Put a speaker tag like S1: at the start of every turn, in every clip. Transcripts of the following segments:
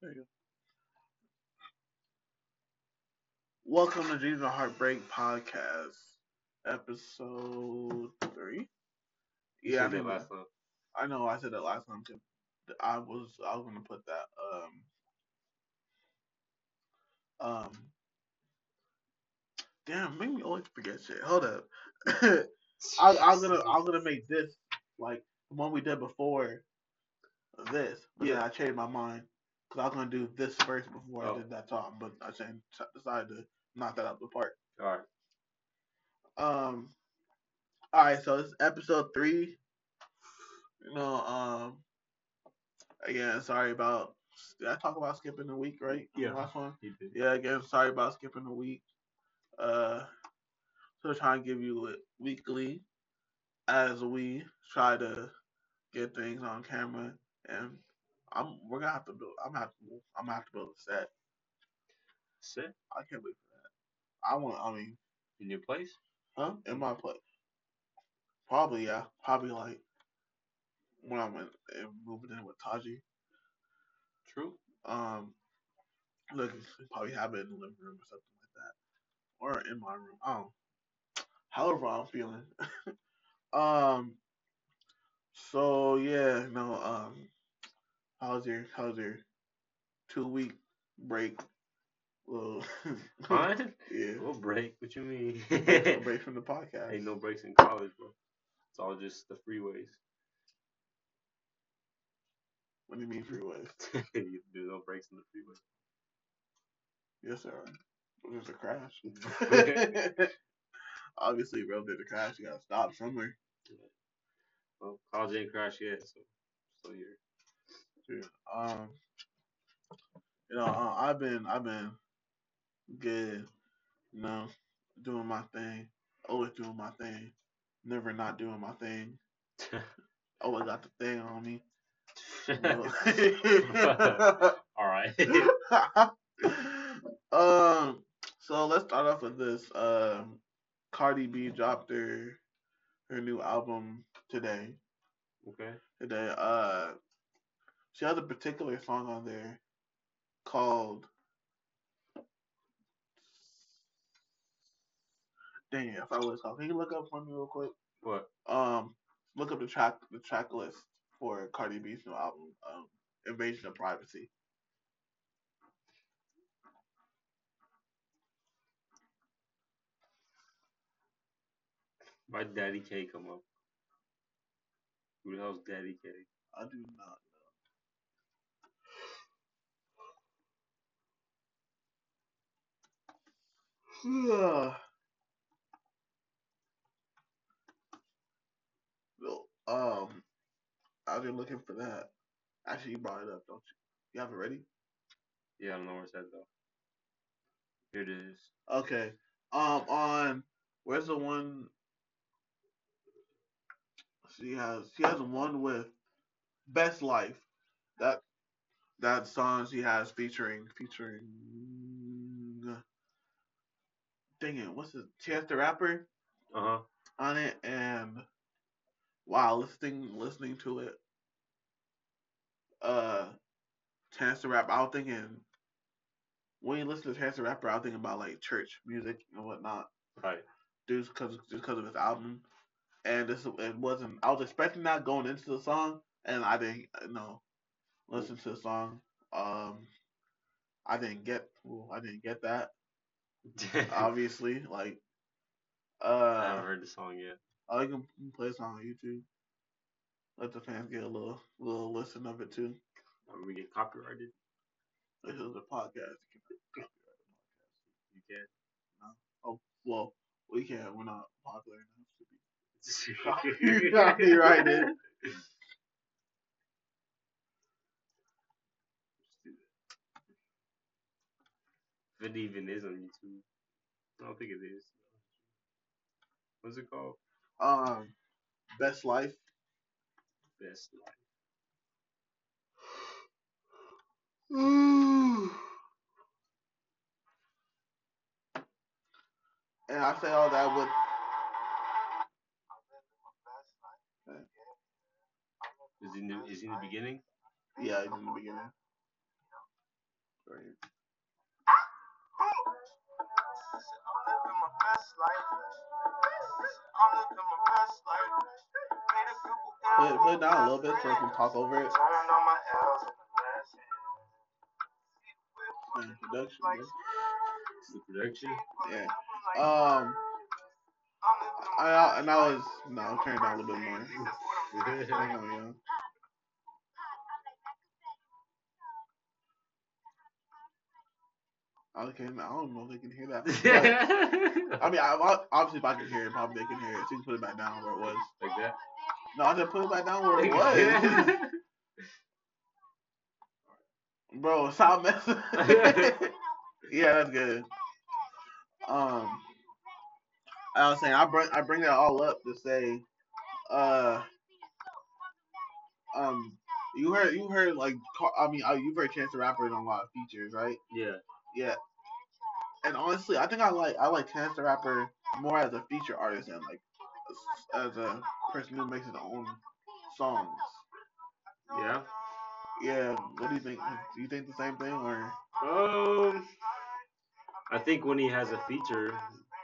S1: There you go. Welcome to Jesus and Heartbreak Podcast, episode three.
S2: You
S1: Yeah, I
S2: said that
S1: think
S2: last time.
S1: I know I said that last time too. I was I was gonna put that um um damn make me always forget shit. Hold up. I I'm gonna I'm gonna make this like the one we did before this. But yeah, I changed my mind because I was gonna do this first before
S2: Oh.
S1: I did that talk, but I changed, decided to knock that up apart.
S2: All right.
S1: Um. All right, so it's episode three. You know, um, again, sorry about. Did I talk about skipping the week, right?
S2: Yeah.
S1: Last one.
S2: You did.
S1: Yeah, again, sorry about skipping the week. Uh, so trying to give you it weekly as we try to get things on camera, and I'm we're gonna have to build. I'm gonna have to. I'm gonna have to build a set.
S2: Sit
S1: I can't wait for that. I want. I mean,
S2: in your place.
S1: Huh? In my place. Probably, yeah. Probably like when I'm in, in- moving in with Taji.
S2: True.
S1: Um, look, probably have it in the living room or something like that, or in my room. I don't. However, I'm feeling. um. So yeah, no. Um, how's your how's your two week break? Well,
S2: Mine?
S1: yeah,
S2: We'll break. What you mean?
S1: break from the podcast.
S2: Ain't no breaks in college, bro. It's all just the freeways.
S1: What do you mean three ways?
S2: you do no breaks in the freeway.
S1: Yes, sir. There's a crash. Obviously, bro, if there's a crash. You gotta stop somewhere.
S2: Well, college ain't crashed yet, so so you're
S1: Um, you know, uh, I've been, I've been good. You know, doing my thing. Always doing my thing. Never not doing my thing. Always got the thing on me. you know.
S2: all right.
S1: um, so let's start off with this. Um, Cardi B dropped her her new album today.
S2: okay.
S1: Today, uh, she has a particular song on there called. Dang it, I forgot what it's called. Can you look up for me real quick?
S2: What?
S1: Um, look up the track the track list for Cardi B's new album, um, Invasion of Privacy.
S2: Why Daddy K come up? Who the hell's Daddy K?
S1: I do not. No, um, I've been looking for that. Actually, you brought it up, don't you? You have it ready?
S2: Yeah, I don't know where it's at though. Here it is.
S1: Okay. Um, on where's the one? She has she has one with Best Life. That that song she has featuring featuring. Dang it, what's his Chance the Rapper
S2: Uh huh.
S1: on it? And wow, listening listening to it, uh, Chance the Rapper. I was thinking when you listen to Chance the Rapper, I was thinking about like church music and whatnot.
S2: Right.
S1: just because just because of his album, and this it wasn't. I was expecting that going into the song, and I didn't you know listen to the song. Um, I didn't get well, I didn't get that
S2: I
S1: obviously. Like,
S2: haven't
S1: uh,
S2: heard the song yet.
S1: I can play this on YouTube. Let the fans get a little little listen of it too.
S2: When we get copyrighted,
S1: This is a podcast.
S2: you can.
S1: Oh well, we can't. We're not popular enough to be
S2: You
S1: Copyrighted.
S2: If it even is on YouTube, I don't think it is. What's it called?
S1: um best life.
S2: Best Life.
S1: And I say all that with
S2: Is it in the, is it in the beginning?
S1: yeah, it's in the beginning. Right.
S3: I'm living my best life. I'm living my best life. Made
S1: Put put it
S3: a couple L's on
S1: down a
S3: my
S1: little bit so I can talk over it.
S3: Turning on my L's on the best.
S1: Man, production.
S3: Like,
S1: man.
S2: The production.
S1: Yeah.
S3: like,
S1: Um.
S3: I'm living my
S1: And
S3: best
S1: I, and I was no, turn it down a little bit more. I
S2: yeah.
S1: know, yeah. Okay, no, I don't know if they can hear that. But, I mean, I, I- obviously, if I could hear it, probably they can hear it. So you can put it back down where it was.
S2: like that.
S1: No, I said put it back down where it was.
S2: Yeah.
S1: Bro, stop messing. yeah, that's good. Um, I was saying I bring I bring that all up to say, uh, um, you heard you heard like Car- I mean uh, you've heard Chance the Rapper in a lot of features, right?
S2: yeah.
S1: Yeah. And honestly, I think I like I like Chance the Rapper more as a feature artist than like as, as a person who makes his own songs.
S2: Yeah.
S1: Yeah, what do you think? Do you think the same thing or?
S2: Um, I think when he has a feature,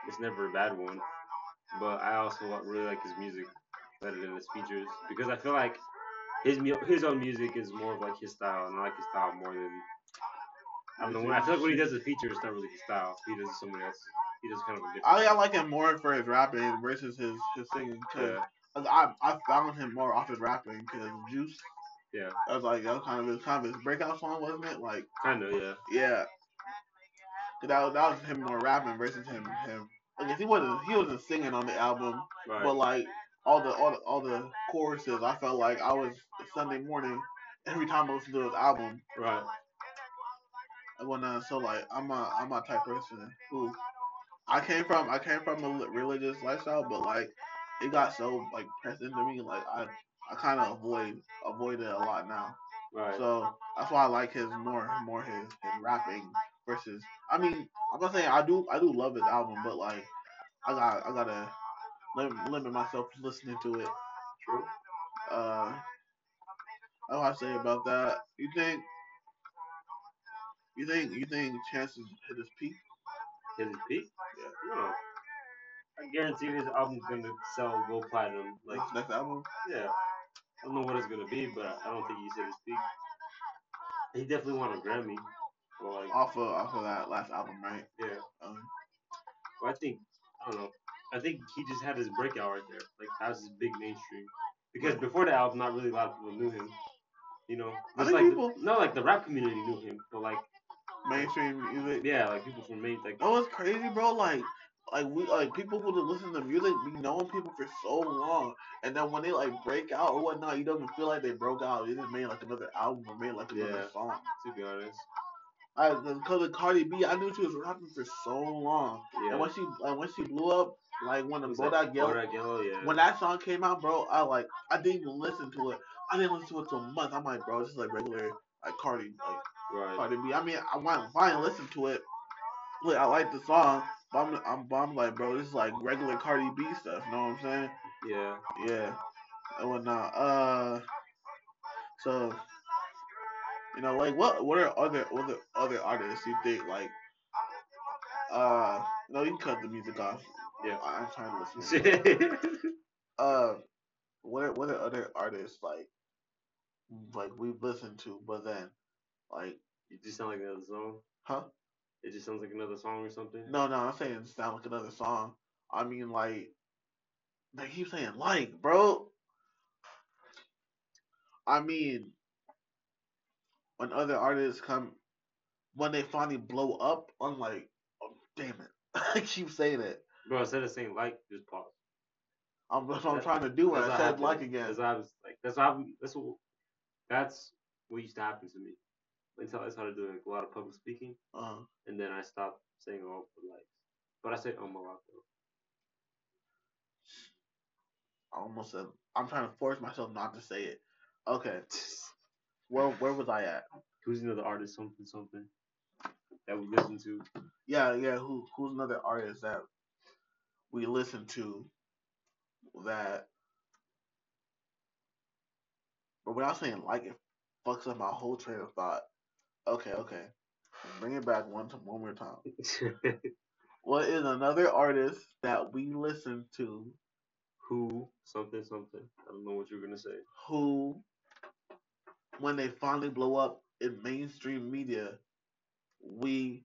S2: it's never a bad one. But I also like- really like his music better than his features because I feel like his mu- his own music is more of like his style, and I like his style more than I don't know. When I feel like when he does a feature, it's not really his style. He does someone else. He does kind of a
S1: I think I
S2: different.
S1: like him more for his rapping versus his his singing. Cause
S2: Yeah,
S1: I I found him more off his rapping. Cause Juice,
S2: yeah,
S1: I was like that was kind of his kind of his breakout song, wasn't it? Like
S2: kind of, yeah,
S1: yeah, 'Cause that was- that was him more rapping versus him him. I guess he wasn't he wasn't singing on the album, but
S2: right,
S1: like all the all the, all the choruses, I felt like I was Sunday morning every time I listened to his album.
S2: right,
S1: I wanna so like I'm a I'm a type person who I came from I came from a li- religious lifestyle, but like it got so like pressed into me, like I I kind of avoid avoid it a lot now.
S2: right.
S1: So that's why I like his more more his, his rapping versus I mean I'm not saying I do I do love his album, but like I got I gotta lim- limit myself to listening to it.
S2: True.
S1: Uh, that's what I say about that. You think you think you think Chances hit his peak?
S2: His peak?
S1: Yeah.
S2: No. I guarantee this album's gonna sell go platinum. Like,
S1: Next next album?
S2: yeah. I don't know what it's gonna be, but I don't think he's hit his peak. He definitely won a Grammy. But like,
S1: Off of off of that last album, right?
S2: yeah.
S1: Um,
S2: But I think I don't know. I think he just had his breakout right there. Like that was his big mainstream. Because before the album, not really a lot of people knew him. You know,
S1: I
S2: just
S1: think
S2: like
S1: people-
S2: the, not like the rap community knew him, but like
S1: mainstream music.
S2: yeah, like people from main like
S1: That was crazy, bro. Like, like we like people who listen to music. We known people for so long, and then when they like break out or whatnot, you don't even feel like they broke out. They just made like another album or made like another
S2: Yeah.
S1: song.
S2: to be honest.
S1: I because of Cardi B, I knew she was rapping for so long, and
S2: Yeah.
S1: when she like when she blew up, like when the
S2: It was
S1: Bodak
S2: like,
S1: Yellow,
S2: Bodak Yellow, yeah.
S1: when that song came out, bro, I like I didn't even listen to it. I didn't listen to it till a month. I'm like, bro, this is like regular like Cardi like
S2: Right.
S1: Cardi B. I mean, I want to listen to it. Like, I like the song, but I'm, I'm, but I'm like, bro, this is like regular Cardi B stuff. You know what I'm saying?
S2: Yeah.
S1: Yeah, and whatnot. Uh, so you know, like, what, what are other, other, other artists you think like? Uh, no, you can cut the music off.
S2: Yeah.
S1: I- I'm trying to listen. Uh, what, are, what are other artists like? Like we've listened to, but then like,
S2: it just sounds like another song.
S1: huh?
S2: It just sounds like another song or something.
S1: No, no, I'm saying it's not like another song. I mean, like, they keep saying like, bro. I mean, when other artists come, when they finally blow up, I'm like, oh, damn it. I keep saying it.
S2: Bro, instead of saying like, just pause.
S1: I'm, that's what I'm
S2: That-
S1: trying to do when
S2: that's
S1: I
S2: what
S1: said
S2: happened.
S1: like again.
S2: That's what I was like. That's what happened. That's what. That's what used to happen to me. Until I started doing like, a lot of public speaking,
S1: Uh,
S2: and then I stopped saying all the likes. But I say um a lot though.
S1: I almost said, I'm trying to force myself not to say it. Okay, where where was I at?
S2: Who's another artist? Something something that we listen to.
S1: Yeah, yeah. Who who's another artist that we listen to that? But when I was saying like, it fucks up my whole train of thought. Okay, okay. Bring it back one t- one more time. What is another artist that we listen to
S2: Who? Something, something. I don't know what you're gonna say.
S1: who, when they finally blow up in mainstream media, we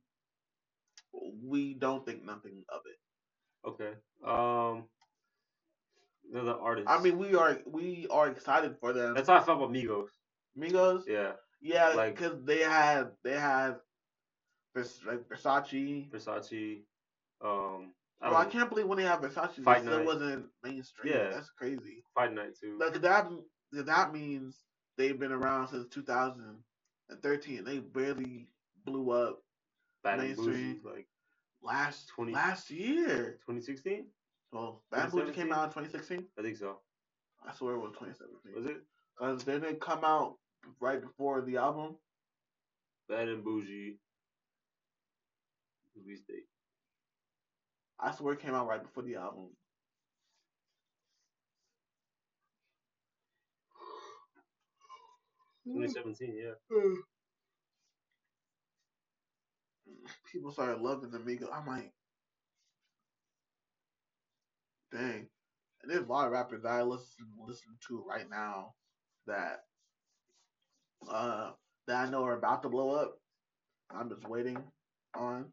S1: we don't think nothing of it.
S2: Okay. Um, another artist.
S1: I mean, we are we are excited for them.
S2: that's how I felt about Migos.
S1: Migos,
S2: Yeah,
S1: yeah,
S2: like-
S1: because they had they had Vers- like Versace.
S2: Versace. Um, I
S1: Bro, I
S2: don't know,
S1: can't believe when they had Versace,
S2: Fight
S1: it still
S2: Night.
S1: wasn't mainstream.
S2: Yeah.
S1: That's crazy.
S2: Fight Night too.
S1: Like that that means they've been around since 2013. They barely blew up
S2: Bad and Bougie,
S1: mainstream.
S2: like
S1: last
S2: 20
S1: last year.
S2: 2016.
S1: Well, Bad Bougie came
S2: 2017?
S1: out in 2016.
S2: I think so.
S1: I swear it was 2017.
S2: Was it
S1: Because they didn't come out right before the album.
S2: Bad and Bougie? Release date.
S1: I swear it came out right before the album. Mm.
S2: 2017. Yeah.
S1: People started loving the Migos. I'm like, dang. And there's a lot of rappers that I listen listen to right now that uh that I know are about to blow up. I'm just waiting on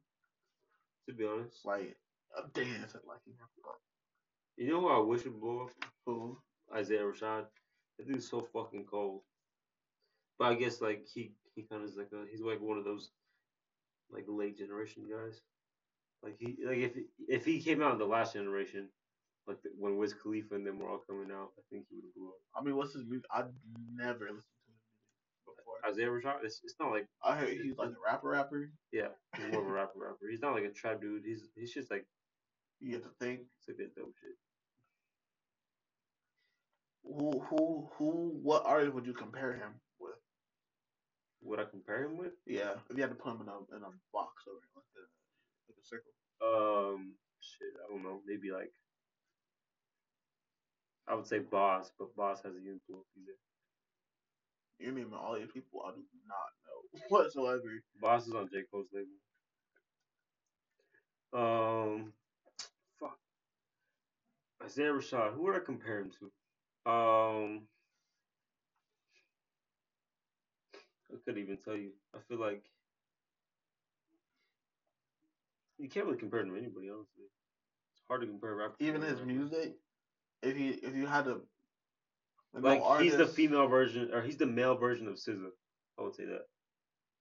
S2: To be honest,
S1: like a dance at like
S2: you know who I wish would blow up?
S1: who
S2: Isaiah Rashad. That dude's so fucking cold. But I guess like he he kind of is like a he's like one of those like late generation guys. Like he like if if he came out in the last generation, like the, when Wiz Khalifa and them were all coming out, I think he would have blew up.
S1: I mean what's his music? I've never listened to his music before.
S2: Isaiah Rashad, it's, it's not like
S1: I heard he's like a rapper rapper.
S2: yeah, he's more of a rapper rapper. He's not like a trap dude. He's he's just like
S1: You have to think
S2: it's like that dope shit.
S1: who who who what artist would you compare him with?
S2: Would I compare him with?
S1: Yeah, if you had to put him in a in a box over here, like a like a circle.
S2: Um, shit, I don't know. Maybe like I would say Boss, but Boss has a influence. He's a-
S1: You're naming all these people I do not know whatsoever.
S2: Boss is on J Cole's label. Um, fuck. Isaiah Rashad. Who would I compare him to? Um, I couldn't even tell you. I feel like you can't really compare him to anybody, honestly. It's hard to compare rap.
S1: Even his music, if you if you had to, no
S2: Like he's the
S1: artist-
S2: female version, or he's the male version of SZA. I would say that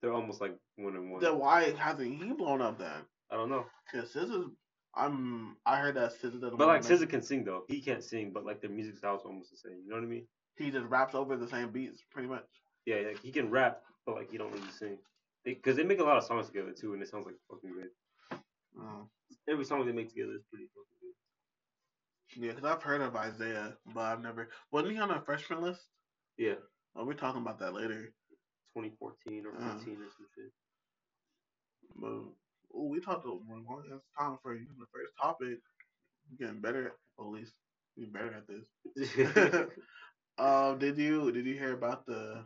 S2: they're almost like one and one.
S1: Then why hasn't he blown up then?
S2: I don't know,
S1: Cause SZA, I'm I heard that SZA doesn't.
S2: but like
S1: wanna
S2: SZA
S1: make-
S2: can sing though. He can't sing, but like their music style's almost the same. You know what I mean?
S1: he just raps over the same beats pretty much.
S2: Yeah, like he can rap, but like he don't really sing. Because they, make a lot of songs together too, and it sounds like fucking good.
S1: Mm.
S2: Every song they make together is pretty fucking good.
S1: Yeah, cause I've heard of Isaiah, but I've never. Wasn't he on a freshman list?
S2: Yeah,
S1: Oh, we're talking about that later.
S2: 2014 or
S1: Uh.
S2: 15 or some shit.
S1: But oh, we talked about well, it's time for you know, the first topic. I'm getting better, at least getting better at this. um, did you did you hear about the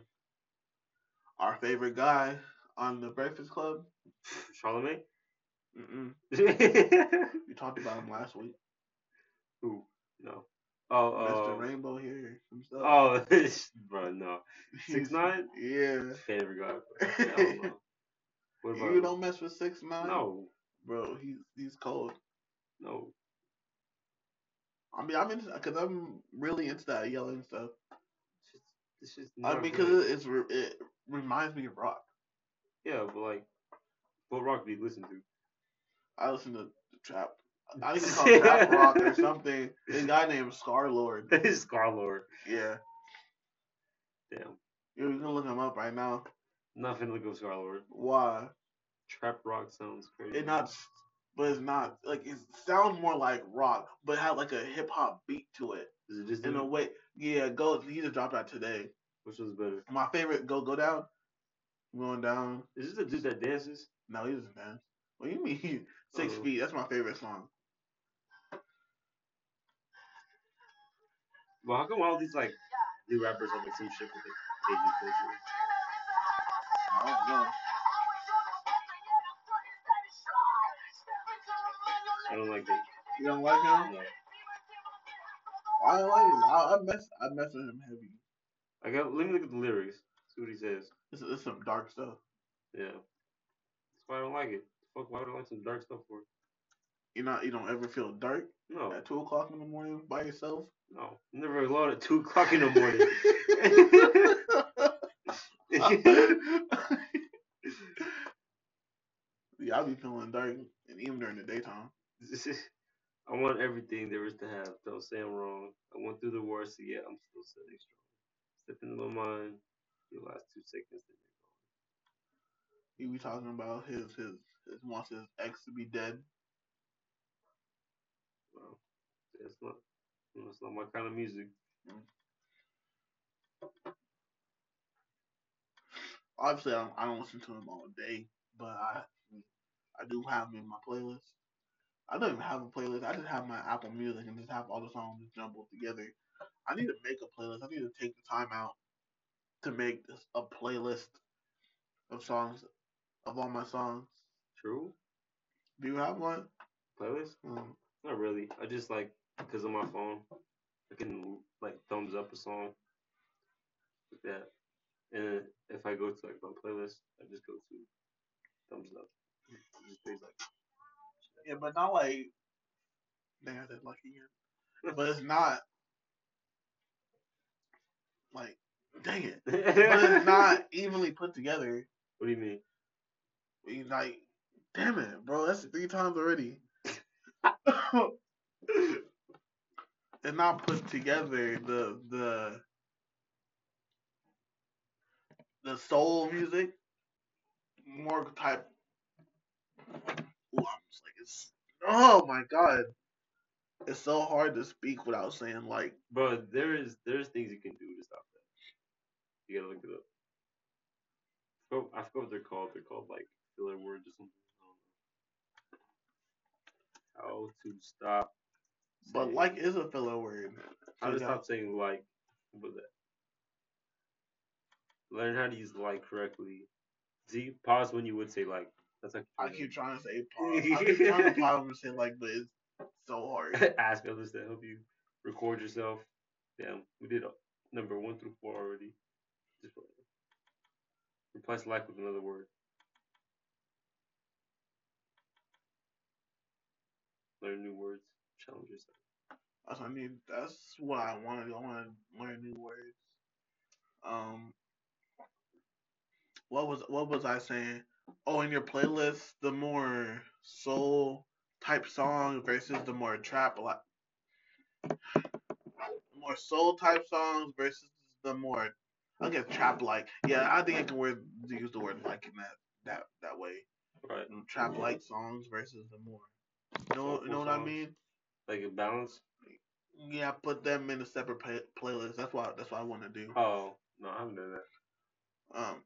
S1: our favorite guy on the Breakfast Club?
S2: Charlemagne?
S1: Mm-mm. We talked about him last week.
S2: Who? No. Oh,
S1: Mr.
S2: uh,
S1: Rainbow here himself.
S2: oh, bro, no.
S1: He's-
S2: 6ix9ine?
S1: Yeah.
S2: Favorite guy. Bro. I don't know. What about
S1: You don't mess with six nine.
S2: No,
S1: bro. He's he's cold.
S2: no.
S1: I mean, I'm into because I'm really into that yelling stuff.
S2: This is
S1: I mean, because it's re- it reminds me of rock.
S2: yeah, but like, what rock do you listen to?
S1: I listen to trap. I think it's called trap rock or something. This guy named Scar Lord.
S2: Scar Lord.
S1: Yeah,
S2: Damn.
S1: you can look him up right now.
S2: Nothing look up Scar Lord.
S1: Why?
S2: Trap rock sounds crazy.
S1: It not, but it's not like it sounds more like rock, but it had like a hip hop beat to it
S2: Is it just
S1: in a
S2: him?
S1: way. Yeah, go. He just dropped out today.
S2: Which one's better?
S1: My favorite, go go down, going down.
S2: Is this the dude that dances?
S1: No, he doesn't dance. What do you mean? Six
S2: Oh.
S1: feet. That's my favorite song.
S2: Well, how come all these like new rappers have like some shit with like Asian culture?
S1: I don't know.
S2: I don't like it.
S1: You don't like him?
S2: No.
S1: I don't like him. I, I mess I mess with him heavy.
S2: I got. Let me look at the lyrics. See what he says.
S1: This is some dark stuff.
S2: Yeah. That's why I don't like it. Fuck. Why would I like some dark stuff for? it?
S1: You not you don't ever feel dark
S2: No.
S1: at two o'clock in the morning by yourself.
S2: No. I'm never alone at two o'clock in the morning.
S1: yeah, I be feeling dark, and even during the daytime.
S2: I want everything there is to have. Don't say I'm wrong. I went through the worst, and yet I'm still standing strong. Step into my mind. The last two seconds.
S1: He be talking about his his his wants his ex to be dead.
S2: Wow. That's not. That's not my kind of music.
S1: Obviously, I don't, I don't listen to him all day, but I I do have him in my playlist. I don't even have a playlist. I just have my Apple Music and just have all the songs jumbled together. I need to make a playlist. I need to take the time out to make this, a playlist of songs of all my songs.
S2: True.
S1: Do you have one?
S2: Playlist?
S1: Mm.
S2: Not really. I just like because of my phone, I can like thumbs up a song like that, and if I go to like my playlist, I just go to thumbs up. I just do, like,
S1: Yeah, but not like. Dang, I said lucky again. But it's not like. Dang it. But it's not evenly put together.
S2: What do you mean?
S1: We like, damn it, bro. That's three times already. and not put together the the the soul music more type. Ooh, I'm just like it's oh my god, it's so hard to speak without saying like
S2: Bro, there is there's things you can do to stop that. You gotta look it up. I forgot, I forgot what they're called. They're called like filler words or something. I don't know. How to stop.
S1: but
S2: saying-
S1: like is a filler word.
S2: How to
S1: Yeah.
S2: stop saying like with that. Learn how to use like correctly. See, pause when you would say like. That's like
S1: I keep trying to say pause. I keep trying to pause and say like, but it's so hard.
S2: ask others to help you record yourself. Damn, we did uh, number one through four already. Just put- replace like with another word. Learn new words. Challenge yourself.
S1: That's what I need. That's what I want to do. I want to learn new words. Um, what was what was I saying? Oh, in your playlist, the more soul type songs versus the more trap like more soul type songs versus the more I guess trap like. Yeah, I think I can word, use the word like in that that that way.
S2: Right.
S1: Trap like songs versus the more. You know, you know what I
S2: Soulful
S1: mean?
S2: Like a balance.
S1: Yeah, put them in a separate play- playlist. That's why. That's what I want to do.
S2: Oh no, I haven't done that.
S1: Um,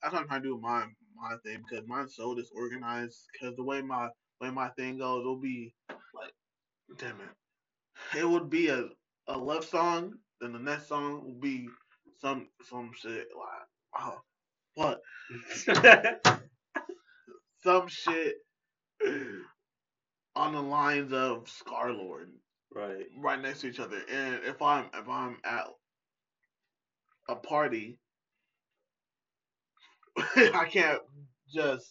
S1: that's what I'm trying to do with my my thing because mine's so disorganized. Because the way my way my thing goes, it'll be like, damn it, it would be a a love song. Then the next song will be some some shit like oh what some shit on the lines of Scar Lord.
S2: right.
S1: right next to each other. And if I'm if I'm at a party, I can't just.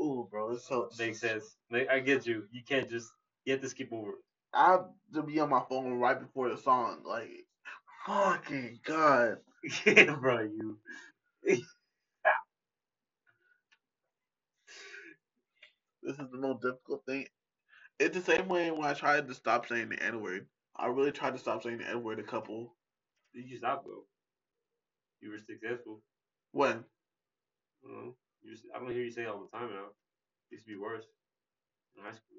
S1: Ooh, bro, it's so.
S2: Makes sense. Ma- I get you. You can't just. You have to skip over. it.
S1: I have to be on my phone right before the song. Like, fucking god.
S2: yeah, bro. You.
S1: This is the most difficult thing. It's the same way when I tried to stop saying the N word. I really tried to stop saying the N word a couple.
S2: You stop though. You were successful.
S1: When?
S2: I don't know. You just, I don't hear you say it all the time now. It used to be worse in high school.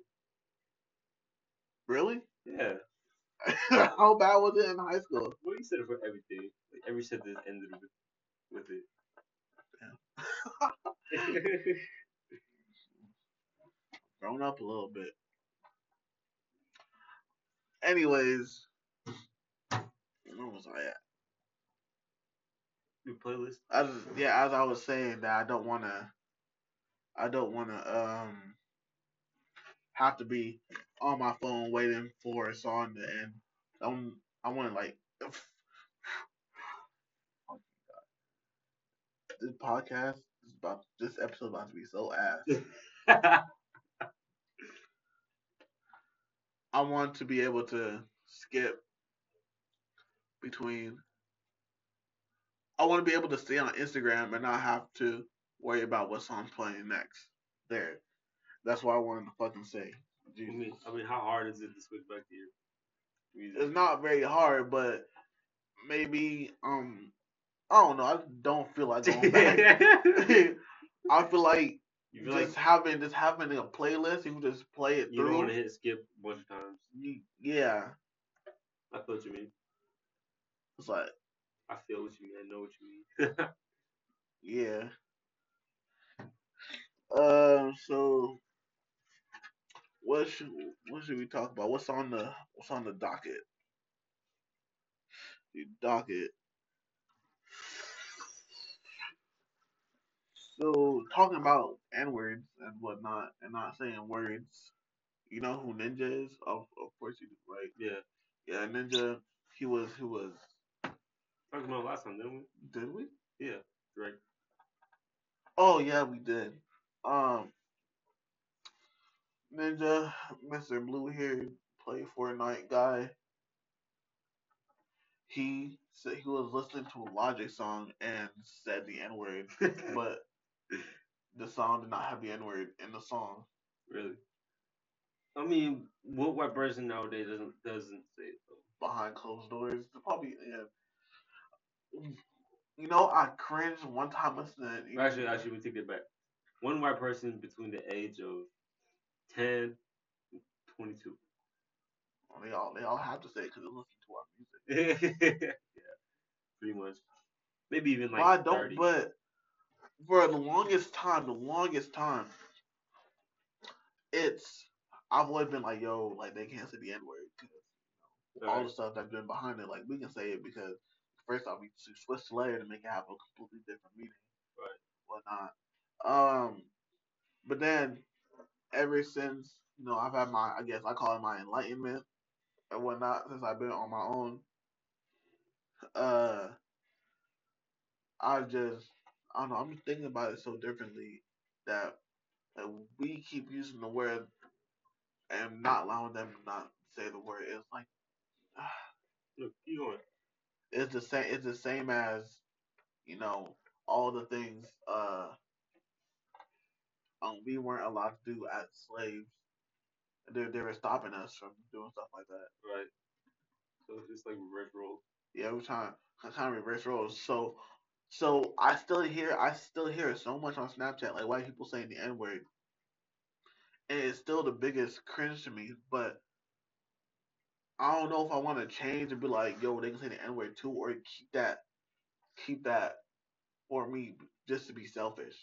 S1: Really?
S2: Yeah.
S1: How bad was it in high school?
S2: Well, you said it for everything. Like every sentence ended with, with it.
S1: grown up a little bit. Anyways, where was I at?
S2: Your playlist.
S1: As yeah, as I was saying that I don't wanna, I don't want to um have to be on my phone waiting for a song to end. I'm, I want to like. Oh, God. This podcast, is about, this episode about to be so ass. I want to be able to skip between. I want to be able to stay on Instagram and not have to worry about what song's playing next. There. That's what I wanted to fucking say.
S2: I
S1: Jesus.
S2: mean, I mean, how hard is it to switch back to your music?
S1: It's not very hard, but maybe um I don't know. I don't feel like going back. I feel like
S2: you feel like
S1: just having just having a playlist, you can just play it
S2: you don't want to
S1: through.
S2: hit skip a bunch of times.
S1: You- yeah,
S2: I feel what you mean.
S1: it's like
S2: I feel what you mean. I know what you mean.
S1: yeah. Um. So what should what should we talk about? What's on the what's on the docket? The docket. So talking about n words and whatnot, and not saying words. You know who Ninja is? Of of course you do, right?
S2: yeah.
S1: Yeah, Ninja. He was who was.
S2: Talked about it last time, didn't
S1: Did we?
S2: we? Yeah. Right.
S1: Oh yeah, we did. Um, Ninja, Mister Blue here, play Fortnite guy. He said he was listening to a Logic song and said the N word, but the song did not have the N word in the song.
S2: really. I mean, what white person nowadays doesn't doesn't say it though.
S1: behind closed doors. It's Probably, yeah. You know, I cringed one time listening. You
S2: Actually, actually, we take that back. One white person between the age of 10 and 22.
S1: they all they all have to say because they listen to our music.
S2: yeah, pretty much. Maybe even like
S1: Well, I don't,
S2: 30.
S1: but for the longest time, the longest time, it's I've always been like, yo, like they can't say the N word. All the stuff that's been behind it, like we can say it because first off, we s- switched the layer to make it have a completely different meaning,
S2: Right.
S1: whatnot. Um, but then ever since you know I've had my I guess I call it my enlightenment and whatnot since I've been on my own. Uh, I've just I don't know I'm thinking about it so differently that like, we keep using the word and not allowing them to not say the word. It's like
S2: Look, keep going.
S1: it's the same. It's the same as you know all the things uh um, we weren't allowed to do as slaves. They they were stopping us from doing stuff like that.
S2: Right. So it's just like reverse roll.
S1: Yeah, we're trying I'm trying to reverse roles. So so I still hear I still hear it so much on Snapchat, like white people saying the N word. And it's still the biggest cringe to me, but I don't know if I wanna change and be like, yo, they can say the N word too or keep that keep that for me just to be selfish.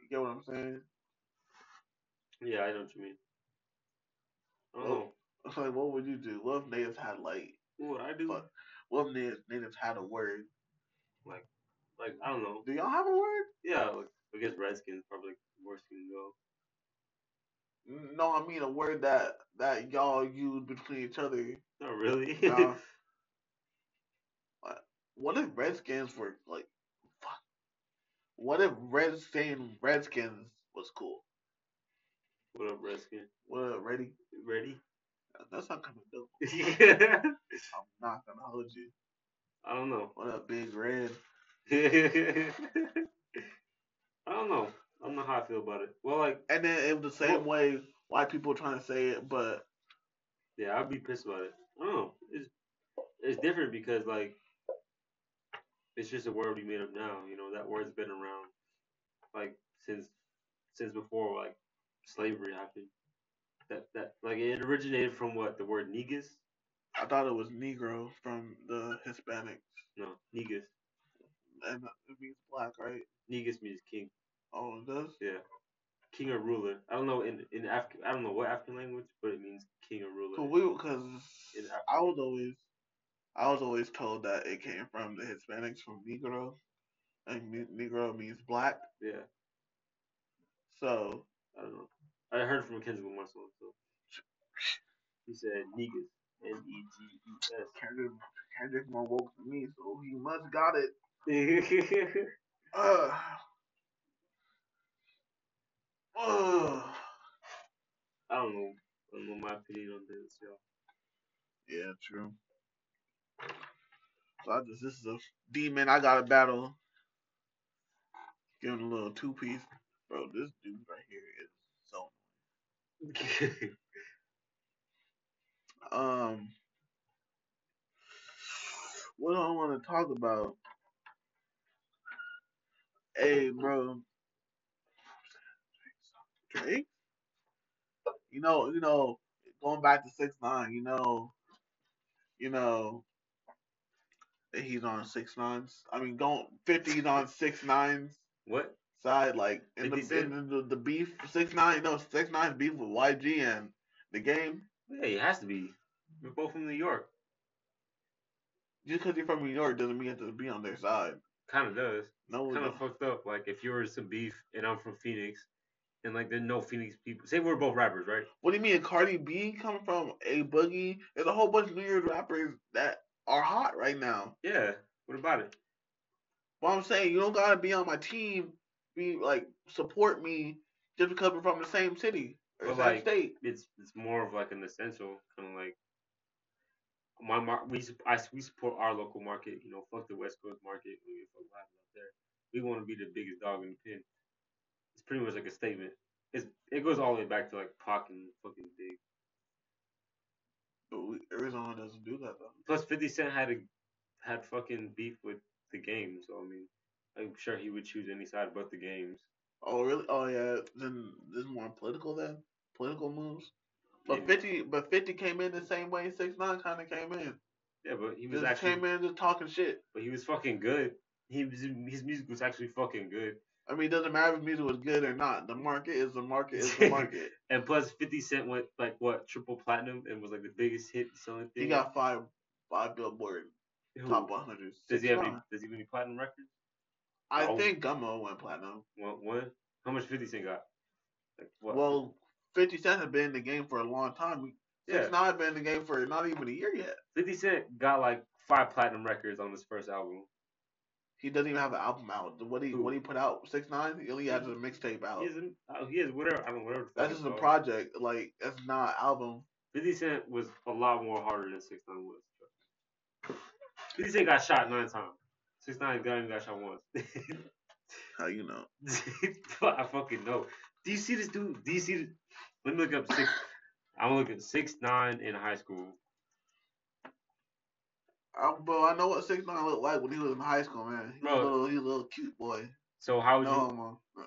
S1: You get what I'm saying?
S2: Yeah, I know what you mean. I don't
S1: Oh.
S2: know.
S1: It's like what would you do? What if natives had like
S2: What would I do?
S1: Fuck. what if natives, natives had a word?
S2: Like, I don't know.
S1: Do y'all have a word?
S2: Yeah, like, I guess Redskins probably like the worst you can go.
S1: No, I mean a word that that y'all use between each other.
S2: Not really.
S1: Nah. What if Redskins were like, fuck? What if Red saying Redskins was cool?
S2: what up, Redskin?
S1: What up, ready?
S2: Ready?
S1: That's not coming dope.
S2: I
S1: I'm not gonna hold you.
S2: don't know.
S1: What up, Big Red?
S2: I don't know. I don't know how I feel about it. Well, like,
S1: And then it was the same way white people were trying to say it, but
S2: yeah, I'd be pissed about it. I don't know. It's it's different because like it's just a word we made up now. You know that word's been around like since since before like slavery happened. That that like it originated from what the word negus?
S1: I thought it was Negro from the Hispanic,
S2: No, negus.
S1: and it means black, right?
S2: Negus means king.
S1: Oh, it does.
S2: Yeah, king or ruler. I don't know in in African. I don't know what African language, but it means king or ruler.
S1: Cause we, cause
S2: In
S1: I was always, I was always told that it came from the Hispanics from Negro, and ne- Negro means black.
S2: Yeah,
S1: So
S2: I don't know. I heard from Kendrick Lamar song, so he said niggas, N E G E S.
S1: Kendrick, Kendrick more woke than me, so he must got it.
S2: E." That's
S1: Ugh. Ugh.
S2: I don't know. I don't know my opinion on this, y'all.
S1: Yeah, true. So I just this is a demon I gotta battle. Give him a little two piece, bro. This dude right here is so. Um, what do I want to talk about? Hey, bro. Drake. You know, you know, going back to six nine. You know, you know. that He's on six nines. I mean, going fifties on six nines
S2: what?
S1: side, like in the
S2: 50 Cent?
S1: in the, the beef six nine. No, six nine beef with YG and the game.
S2: Yeah, he has to be. We're both from New York.
S1: Just because you're from New York doesn't mean you have to be on their side.
S2: Kind of does.
S1: No one.
S2: Kind of fucked up. Like if you were some beef and I'm from Phoenix, and like there's no Phoenix people. Say we're both rappers, right?
S1: What do you mean? Cardi B coming from a boogie? There's a whole bunch of New York rappers that are hot right now.
S2: Yeah. What about it?
S1: But I'm saying you don't gotta be on my team, be like support me just because we're from the same city or
S2: But,
S1: same
S2: like,
S1: state.
S2: It's it's more of like an essential kind of like my mar- we sup- I, we support our local market. You know, fuck the West Coast market. We give a fuck what happens out there. We want to be the biggest dog in the pen. It's pretty much like a statement. It's it goes all the way back to like Pac and fucking Big.
S1: But we, Arizona doesn't do that though.
S2: Plus, Fifty Cent had a had fucking beef with the game, so I mean, I'm sure he would choose any side but the games.
S1: Oh really? Oh yeah. Then this is more political then. Political moves. But
S2: Maybe.
S1: fifty, but fifty came in the same way six nine kind of came in.
S2: Yeah, but he was
S1: Just
S2: actually,
S1: came in just talking shit.
S2: but he was fucking good. He was, his music was actually fucking good.
S1: I mean, it doesn't matter if music was good or not. The market is the market is the market.
S2: And plus, Fifty Cent went like what triple platinum and was like the biggest hit selling thing.
S1: He got five five Billboard
S2: Who-
S1: top 100.
S2: Does he have any?
S1: songs.
S2: Does he have any platinum records?
S1: I
S2: Oh.
S1: think Gummo went platinum.
S2: One, one. How much Fifty Cent got? Like what?
S1: Well, 50 Cent has been in the game for a long time. Six
S2: Yeah.
S1: Nine been in the game for not even a year yet.
S2: Fifty Cent got like five platinum records on his first album.
S1: He doesn't even have an album out. What he
S2: Who?
S1: what he put out Six Nine, he only has a mixtape out.
S2: He is, oh, he is whatever. I don't know whatever. the fuck
S1: That's
S2: it's
S1: just a
S2: called.
S1: project. Like that's not an album.
S2: 50 Cent was a lot more harder than 6 9 was. 50 Cent got shot nine times. 6 9 got even got shot once.
S1: How Uh, you know?
S2: But I fucking know. Do you see this dude? Do you see this? Let me look up 6 I'm looking 6 9 in high school.
S1: I, bro, I know what Six Nine looked like when he was in high school, man. He was a
S2: Bro.
S1: little, he was a little cute boy.
S2: So how would
S1: No,
S2: you
S1: homo. Uh,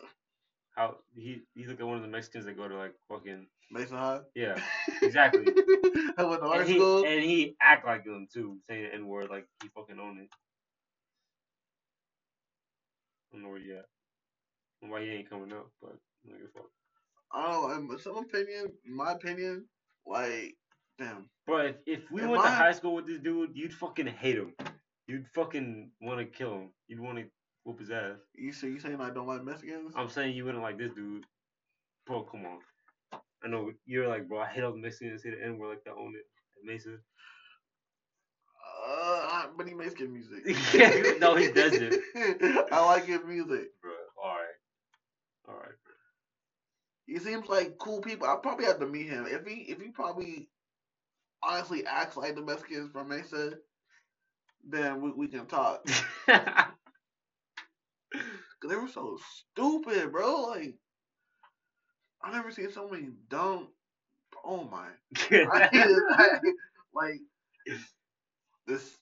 S2: how he he looked at one of the Mexicans that go to like fucking
S1: Mason High.
S2: yeah exactly
S1: I went to art
S2: and he
S1: school.
S2: and he act like them too saying the n word like he fucking own it. I don't know where he at. I don't know Why he ain't coming up? But like fuck.
S1: I don't know. In Oh, some opinion, in my opinion, like, damn.
S2: Bro, if, if we
S1: Am
S2: went to
S1: I-
S2: high school with this dude, you'd fucking hate him. You'd fucking want to kill him. You'd want to whoop his ass.
S1: You so you saying I don't like Mexicans?
S2: I'm saying you wouldn't like this dude. Bro, come on. I know you're like, bro, I hate all the Mexicans, hit the N word like that on it. Mason.
S1: Uh, but he makes good music.
S2: No, he doesn't.
S1: I like his music.
S2: Bro, alright. Alright.
S1: He seems like cool people. I probably have to meet him if he if he probably honestly acts like the Mexicans from Mesa. Then we, we can talk. Cause they were so stupid, bro. Like I never seen so many dumb. Oh my! like this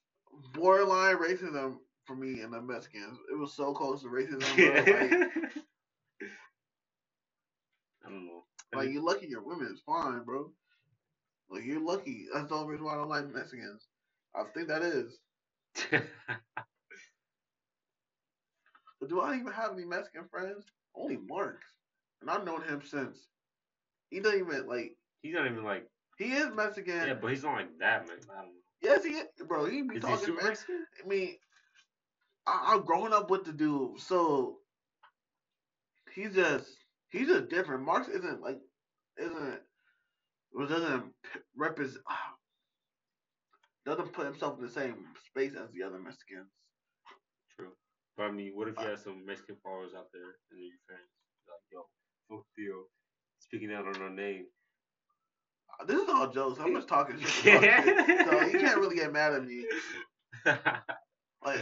S1: borderline racism for me and the Mexicans. It was so close to racism. Bro. Like,
S2: I don't know. I
S1: Like
S2: mean,
S1: you're lucky your women is fine, bro. Like you're lucky. That's the only reason why I don't like Mexicans. I think that is. But do I even have any Mexican friends? Only Mark. And I've known him since. He doesn't even like
S2: he's not even like,
S1: he is Mexican.
S2: yeah, but he's not like that, man. I don't know.
S1: Yes he is bro, he be
S2: Is he
S1: talking
S2: super
S1: Mexican.
S2: Mexican?
S1: I mean I, I'm growing up with the dude, so he's just he's just different. Marx isn't like isn't well, doesn't p- represent doesn't put himself in the same space as the other Mexicans.
S2: True. But I mean, what if
S1: Uh,
S2: you had some Mexican followers out there and your friends like, yo, fuck Theo, speaking out on our name?
S1: Uh, This is all jokes. I'm just talking shit. about shit. so you can't really get mad at me. Like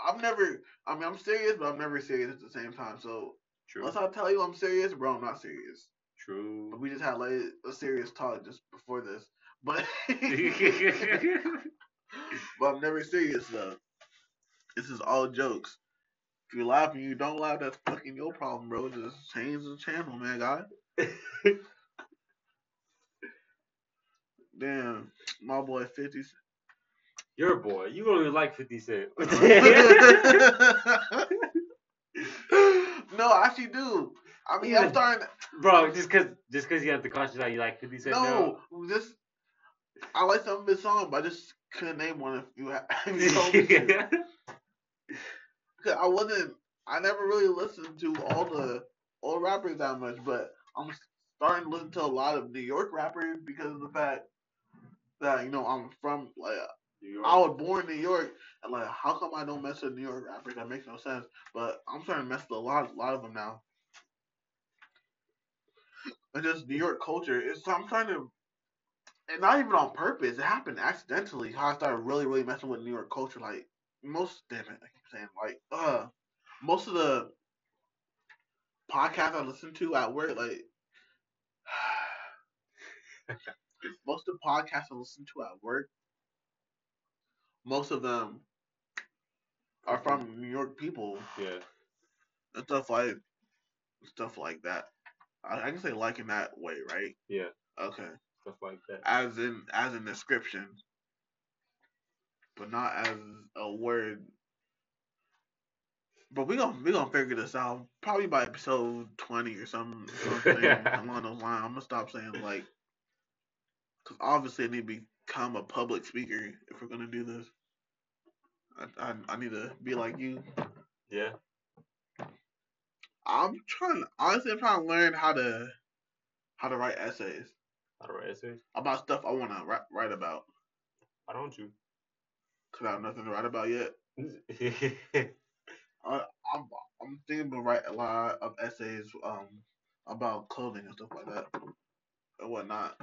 S1: I'm never. I mean, I'm serious, but I'm never serious at the same time. So
S2: True.
S1: unless I tell you I'm serious, bro, I'm not serious. But
S2: True.
S1: we just had like a serious talk just before this. But but I'm never serious though. This is all jokes. If you laugh and you don't laugh, that's fucking your problem, bro. Just change the channel, man, guy. Damn, my boy 50.
S2: You're a boy. You don't even like 50 Cent.
S1: no, I actually do. I mean, I'm starting.
S2: Bro, just because just cause you have the conscience that you like 50 Cent
S1: No, this. I like some of his songs, but I just couldn't name one if you, ha- if you told me to.
S2: now.
S1: 'Cause I wasn't. I never really listened to all the old rappers that much, but I'm starting to listen to a lot of New York rappers because of the fact that you know I'm from like I was born in New York, and like how come I don't mess with New York rappers? That makes no sense. But I'm starting to mess with a lot, lot of them now. And just New York culture. It's I'm trying to, and not even on purpose. It happened accidentally. How I started really, really messing with New York culture. Like most, damn it, I keep saying like, uh, most of the podcasts I listen to at work, like. Most of the podcasts I listen to at work, most of them are from New York people
S2: Yeah.
S1: and stuff like stuff like that. I, I can say like in that way, right?
S2: Yeah.
S1: Okay.
S2: Stuff like that.
S1: As in as in description, but not as a word. But we gonna we gonna figure this out probably by episode twenty or something, something along those lines. I'm gonna stop saying like, because obviously I need to become a public speaker if we're gonna do this. I, I, I need to be like you.
S2: Yeah.
S1: I'm trying honestly I'm trying to learn how to how to write essays
S2: How to write essays?
S1: about stuff I want to write, write about
S2: Why don't you?
S1: because I have nothing to write about yet.
S2: yeah.
S1: I'm I'm thinking to write a lot of essays um about clothing and stuff like that and whatnot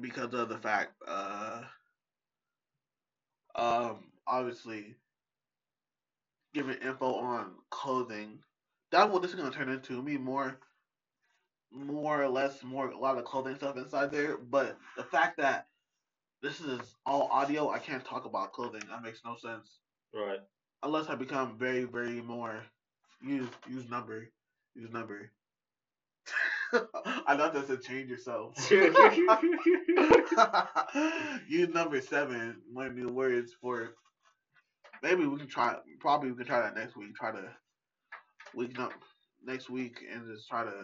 S1: because of the fact uh um obviously giving info on clothing that's what this is gonna turn into me more more or less more a lot of clothing stuff inside there but the fact that this is all audio I can't talk about clothing that makes no sense
S2: Right.
S1: unless I become very, very more use use number, use number. I thought that's a change yourself. use number seven, my new words for. Maybe we can try. Probably we can try that next week. Try to week up next week and just try to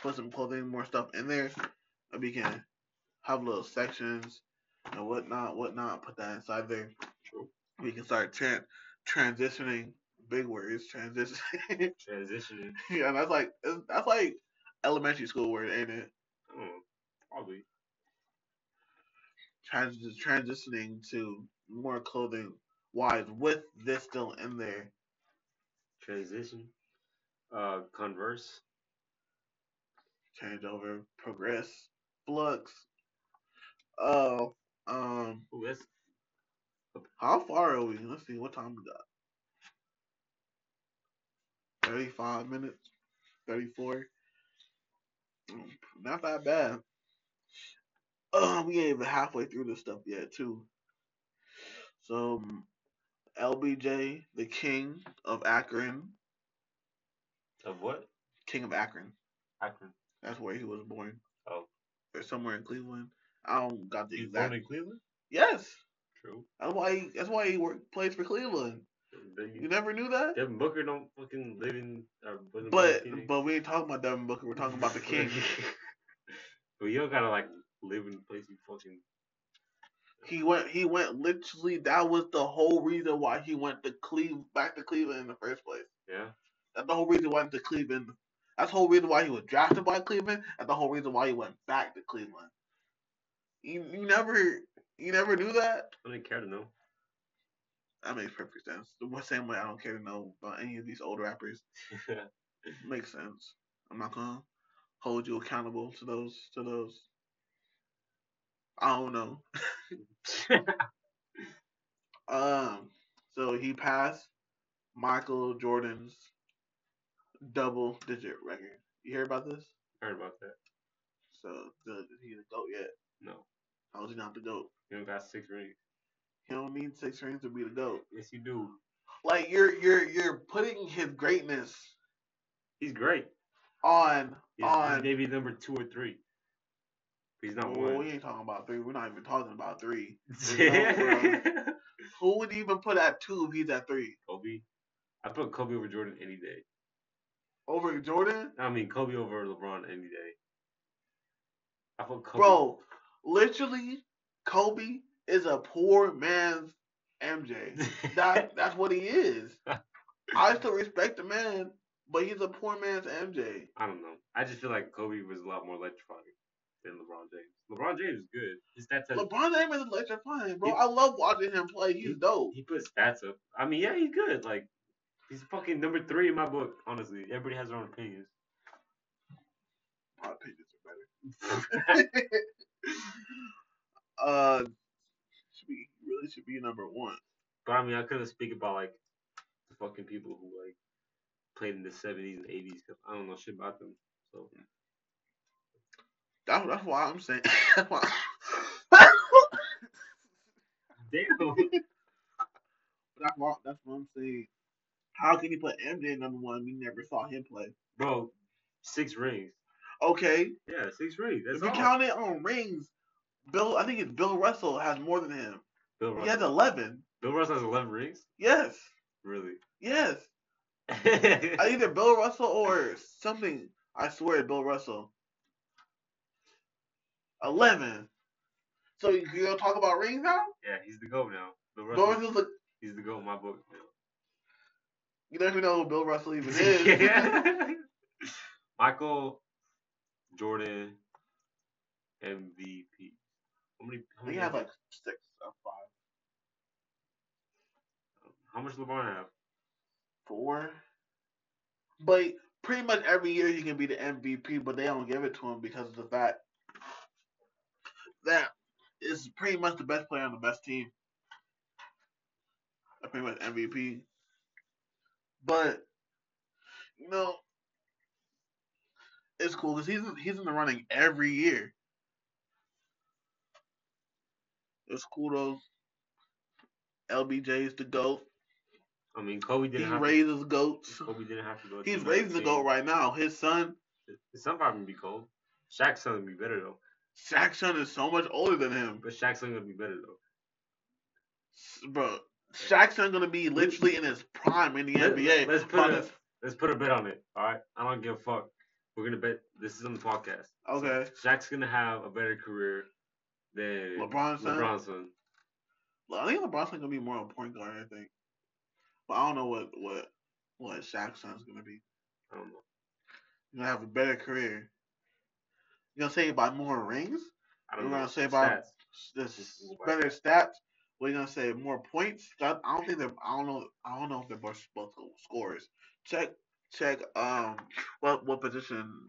S1: put some clothing, more stuff in there. And we can have little sections and whatnot, whatnot. Put that inside there.
S2: True.
S1: We can start tran- transitioning big words, transitioning.
S2: Transitioning.
S1: yeah, that's like that's like elementary school word, ain't it?
S2: Oh, probably.
S1: Trans- transitioning to more clothing wise with this still in there.
S2: Transition. Uh, converse.
S1: Change over, progress, flux. Oh, um,
S2: Ooh, that's
S1: how far are we? Let's see what time we got. Thirty-five minutes, thirty-four. Mm, Not that bad. Uh, we ain't even halfway through this stuff yet, too. So, um, LBJ, the king of Akron,
S2: of what?
S1: king of Akron.
S2: Akron.
S1: That's where he was born.
S2: Oh.
S1: Or somewhere in Cleveland. I don't got the
S2: You
S1: exact.
S2: born in Cleveland?
S1: Yes,
S2: True.
S1: that's why. He, that's why he worked, plays for Cleveland.
S2: Then
S1: You
S2: you-
S1: never knew that.
S2: Devin Booker don't fucking live in. Uh, wasn't born in
S1: But
S2: Phoenix.
S1: but we ain't talking about Devin Booker. We're talking about the king.
S2: but you don't gotta like live in the place you fucking
S1: He went. He went. Literally, that was the whole reason why he went to Cleve back to Cleveland in the first place.
S2: Yeah.
S1: That's the whole reason why he went to Cleveland. That's the whole reason why he was drafted by Cleveland. That's the whole reason why he went back to Cleveland. You, you never you never knew that.
S2: I didn't care to know.
S1: That makes perfect sense. The same way I don't care to know about any of these old rappers. makes sense. I'm not gonna hold you accountable to those to those. I don't know. Um, so he passed Michael Jordan's double digit record. You hear about this?
S2: Heard about that?
S1: So the he's a goat yet?
S2: No.
S1: How is he not the goat?
S2: You don't got six rings.
S1: He don't need six rings to be the goat.
S2: Yes, you do.
S1: Like you're you're you're putting his greatness
S2: He's great.
S1: on
S2: He's,
S1: on.
S2: he's maybe number two or three. But he's not
S1: Well,
S2: one.
S1: we ain't talking about three. We're not even talking about three.
S2: Yeah.
S1: Who would even put at two if he's at three?
S2: Kobe. I put Kobe over Jordan any day.
S1: Over Jordan?
S2: I mean, Kobe over LeBron any day. I put Kobe.
S1: Bro, literally, Kobe is a poor man's MJ. That that's what he is. I still respect the man, but he's a poor man's MJ.
S2: I don't know. I just feel like Kobe was a lot more electrifying than LeBron James. LeBron James is good. His stats has,
S1: LeBron James is electrifying, bro.
S2: He-
S1: I love watching him play. He's dope.
S2: he puts stats up. I mean, yeah, he's good. Like he's fucking number three in my book. Honestly, everybody has their own opinions.
S1: My opinions are better. uh, should be really should be number one.
S2: But I mean, I couldn't speak about like the fucking people who like played in the seventies and eighties because I don't know shit about them. So
S1: That's that's why I'm saying. that's why,
S2: damn.
S1: that's why that's why I'm saying. How can you put MJ number one? We never saw him play.
S2: bro, six rings.
S1: Okay,
S2: Yeah, six rings. That's
S1: if you
S2: all.
S1: count it on rings, Bill, I think it's Bill Russell has more than him.
S2: Bill
S1: He
S2: Russell.
S1: has eleven.
S2: Bill Russell has eleven rings.
S1: Yes,
S2: Really?
S1: yes. I- Either Bill Russell or something. I swear, it's Bill Russell. Eleven. So you you gonna talk about rings now?
S2: yeah, he's the goat now. Bill
S1: Bill
S2: Russell.
S1: Russell's a,
S2: He's the goat in my book. now.
S1: you don't even know who Bill Russell even is.
S2: Michael Jordan MVP. How many? How,
S1: we
S2: many
S1: have like six or five,
S2: how much LeBron have?
S1: four. But pretty much every year he can be the MVP, but they don't give it to him because of the fact that is pretty much the best player on the best team. Uh, Pretty much MVP. But you know, it's cool because he's he's in the running every year. It's cool though. LBJ is the goat.
S2: I mean, Kobe
S1: He
S2: didn't have.
S1: raises goats.
S2: to, Kobe didn't have to go.
S1: He's raising the goat right now. His son,
S2: Some probably be cold. Shaq's son would be better though.
S1: Shaq's son, is so much older than him,
S2: But Shaq's son would be better though.
S1: bro. Shaq's son gonna be literally in his prime in the
S2: Let-
S1: NBA.
S2: let's put
S1: by
S2: it-
S1: the
S2: Let's put a bet on it. All right. I don't give a fuck. We're gonna bet. This is on the podcast.
S1: Okay.
S2: Shaq's gonna have a better career than
S1: LeBron's son?
S2: LeBron's son.
S1: I think LeBron's gonna be more of a point guard, I think. But I don't know what what what Shaq's son's gonna be.
S2: I don't know.
S1: He's gonna have a better career. You gonna say by more rings?
S2: I don't
S1: We're
S2: know.
S1: gonna say about-
S2: Stats.
S1: This is better stats. We're gonna say more points. I I don't think they're. I don't know. I don't know if they're both both scorers. Check check. Um, what what position?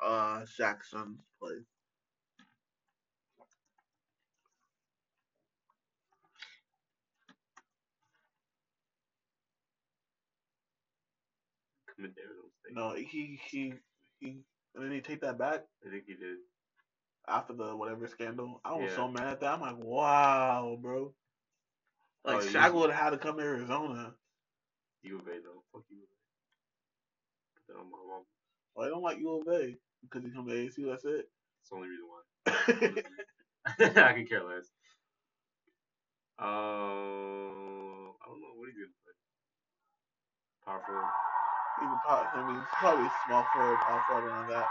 S1: Uh, Shaq's son plays.
S2: Commit there, I don't think.
S1: No, he he he. And then he take that back.
S2: I think he did.
S1: after the whatever scandal. I was
S2: Yeah.
S1: so mad at that. I'm like, wow, bro. Like
S2: Oh,
S1: Shaq
S2: yeah.
S1: would have had to come to Arizona.
S2: U of A though. Fuck you. Put that on my mom.
S1: Well, I don't like U of A because he come to ASU. That's it.
S2: It's the only reason why. I could care less. Uh, I don't know what he's gonna play. Powerful.
S1: He's a pot. I mean, he's probably small forward, power forward, and all that.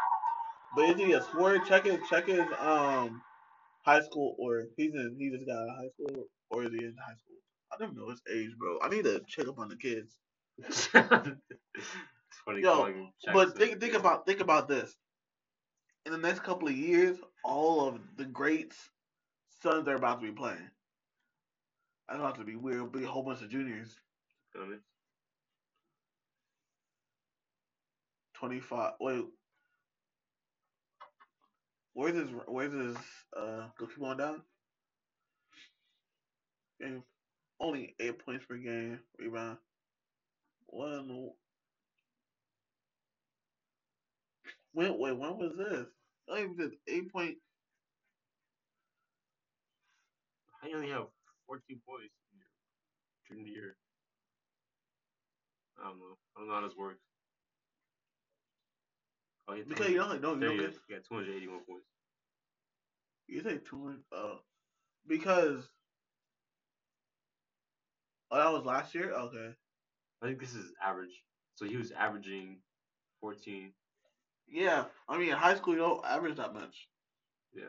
S1: But is he a scorer? Check his check his um high school or he's in he just got out of high school or is he in high school? I don't know his age, bro. I need to check up on the kids.
S2: it's funny
S1: Yo,
S2: calling him
S1: But
S2: Jackson.
S1: think think about think about this. In the next couple of years, all of the greats sons are about to be playing. I know it's to be weird, it'll be a whole bunch of juniors.
S2: Don't it?
S1: Twenty five wait. Where's his where's his uh go keep on down? Game only eight points per game, rebound. One when wait, when was this? Not even this eight point
S2: I only have 14 boys in your junior year. I don't know. I don't know how this works. Oh, he had
S1: because you
S2: 200
S1: don't know you
S2: there
S1: don't
S2: he
S1: get
S2: is. He got 281 points.
S1: You say touring? Oh, because oh, that was last year. Okay,
S2: I think this is average. So he was averaging 14.
S1: yeah. I mean, in high school you don't average that much,
S2: Yeah.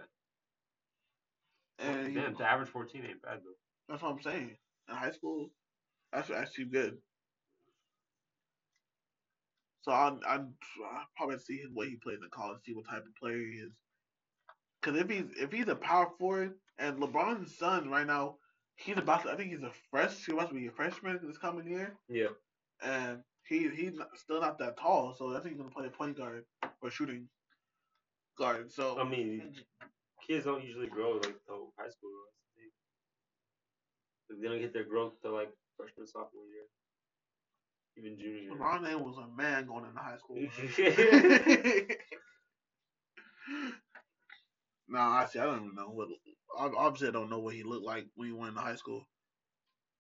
S1: and you-
S2: Damn, to average 14 ain't bad though.
S1: that's what I'm saying. In high school, that's actually good. So I'm I'm I'll probably see his way he plays in college, see what type of player he is. Cause if he's if he's a power forward and LeBron's son right now, he's about to, I think he's a fresh he's about to be a freshman this coming year.
S2: Yeah.
S1: and he he's not, still not that tall, so I think he's gonna play point guard or shooting guard. So
S2: I mean, kids don't usually grow like till high school. That's the thing. Like, they don't get their growth till like freshman, sophomore year, even junior year.
S1: LeBron James was a man going into high school. no, honestly, I don't even know what. ob- Obviously, I don't know what he looked like when he went into high school.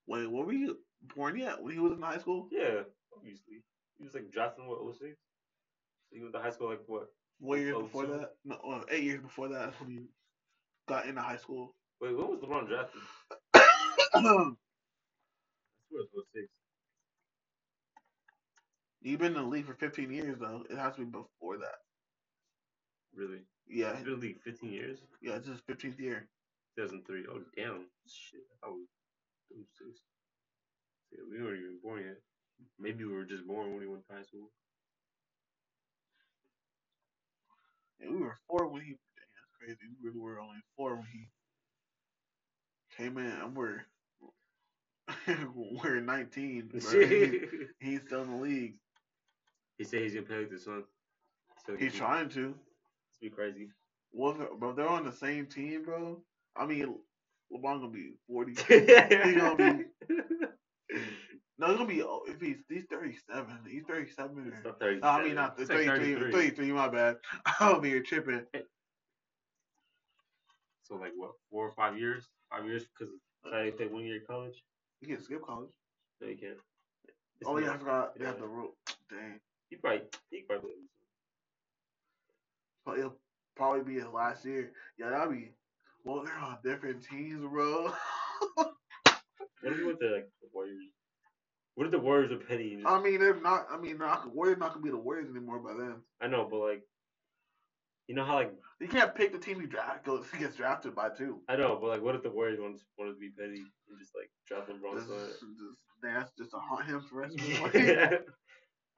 S1: Wait, were we born yet when he was in high school?
S2: yeah, obviously. He was like drafted in what 06? So he went to high school like what?
S1: Four years
S2: Oh,
S1: before
S2: so-
S1: that? No, well, eight years before that. That's when he got into high school.
S2: Wait, when was LeBron drafted? I swear it was 06.
S1: You've been in the league for 15 years though. It has to be before that.
S2: Really?
S1: Yeah,
S2: He's been in the league 15 years?
S1: yeah. It's his 15th year.
S2: 2003. Oh damn. Shit. I was. I was six. Yeah, we weren't even born yet. Maybe we were just born when we went to high school.
S1: Yeah, we were four when he. Dang, that's crazy. We really were only four when he came in, and we're we're 19. bruh. He- he's still in the league.
S2: he said he's gonna play like this one. So
S1: He's trying to.
S2: to be crazy.
S1: Well, if they're- but if they're on the same team, bro. I mean, LeBron gonna be 40. gonna No, he's gonna be oh, if he's he's 37. He's 37.
S2: It's
S1: or-
S2: not 30.
S1: No, I mean not
S2: it's
S1: it's
S2: like
S1: 33.
S2: 33.
S1: 33. My bad. I'm here tripping.
S2: So like what, four or five years? Five years because I play one year of college.
S1: You can skip college.
S2: No, you can't. It's
S1: Oh yeah, I
S2: not-
S1: forgot. They have
S2: yeah.
S1: the rule. Dang.
S2: He probably he probably.
S1: So it'll probably be his last year. Yeah, that'll be. Well, they're on different teams, bro.
S2: What if he went to like the Warriors? What if the Warriors are petty?
S1: I mean, they're not. I mean, not Warriors not gonna be the Warriors anymore by then.
S2: I know, but like, you know how like
S1: You can't pick the team you draft goes gets drafted by too.
S2: I know, but like, what if the Warriors wanted wanted to be petty and just like drop LeBron?
S1: That's
S2: son?
S1: just, that's just to haunt him for the rest of his life.
S2: Yeah.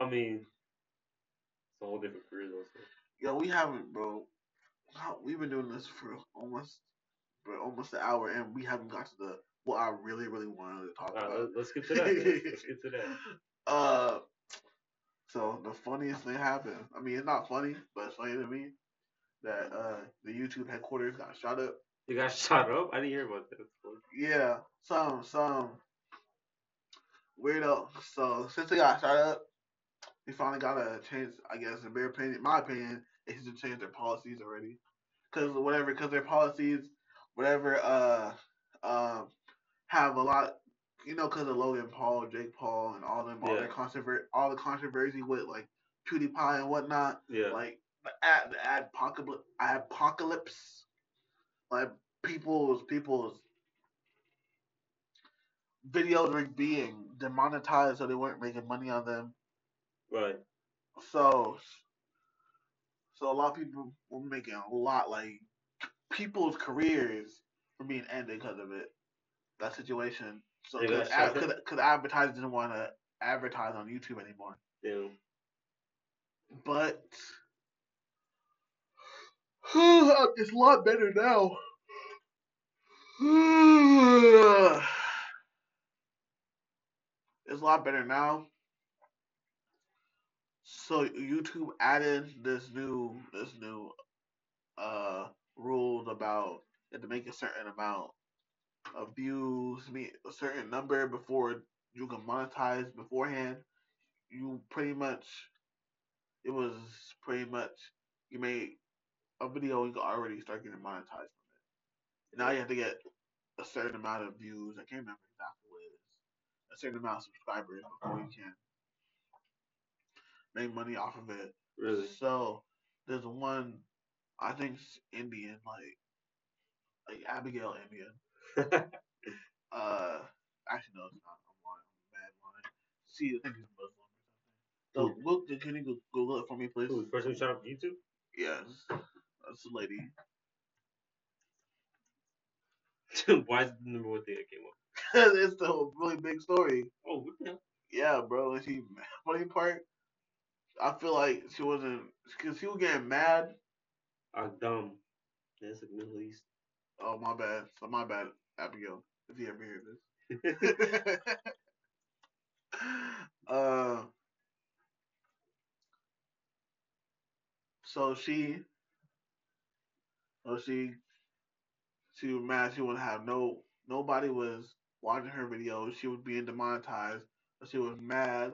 S2: I mean, it's a whole different career also.
S1: Yo, we haven't, bro. how- We've been doing this for almost, for almost an hour, and we haven't got to the what I really, really wanted to talk
S2: All right,
S1: about.
S2: let- let's get to that. man. Let's get to that.
S1: Uh, so the funniest thing happened. I mean, it's not funny, but it's funny to me that uh the YouTube headquarters got shot up.
S2: You got shot up? I didn't hear about that.
S1: Yeah, some some weirdo. So since they got shot up, they finally got a chance. I guess in their opinion, my opinion, they should change their policies already. Cause whatever, cause their policies, whatever, uh, um, have a lot. You know, cause of Logan Paul, Jake Paul, and all them, all
S2: Yeah.
S1: their controver, all the controversy with like PewDiePie and whatnot
S2: Yeah.
S1: like the ad, the ad apocalypse, apocalypse, like people's people's videos were being demonetized, so they weren't making money on them.
S2: right.
S1: So, so a lot of people were making a lot, like people's careers were being ended because of it. That situation. So
S2: They
S1: could,
S2: got shut
S1: ad, could, could advertisers didn't want to advertise on YouTube anymore.
S2: Damn.
S1: But it's a lot better now. it's a lot better now. So YouTube added this new this new uh rules about you have to make a certain amount of views, meet a certain number before you can monetize beforehand. You pretty much it was pretty much you made a video you could already start getting monetized from it. Now you have to get a certain amount of views. I can't remember exactly what it is. A certain amount of subscribers before you can make money off of it.
S2: Really?
S1: So there's one, I think it's Indian, like like Abigail Indian. Uh, actually no, it's not. I'm lying. I'm bad lying. See, I think it's Muslim or something. So look, can you go- Google it for me, please?
S2: Who, the person who shot up YouTube?
S1: Yes, that's the lady.
S2: Why is it the number one thing that came up?
S1: it's the whole really big story.
S2: Oh, what the hell?
S1: Yeah, bro. And she funny part. I feel like she wasn't because she was getting mad.
S2: Ah, dumb. That's like Middle East.
S1: Oh my bad. So my bad, Abigail. If you ever hear this. uh, so she, so she, she was mad. She wouldn't have no nobody was watching her videos. She was being demonetized. So she was mad.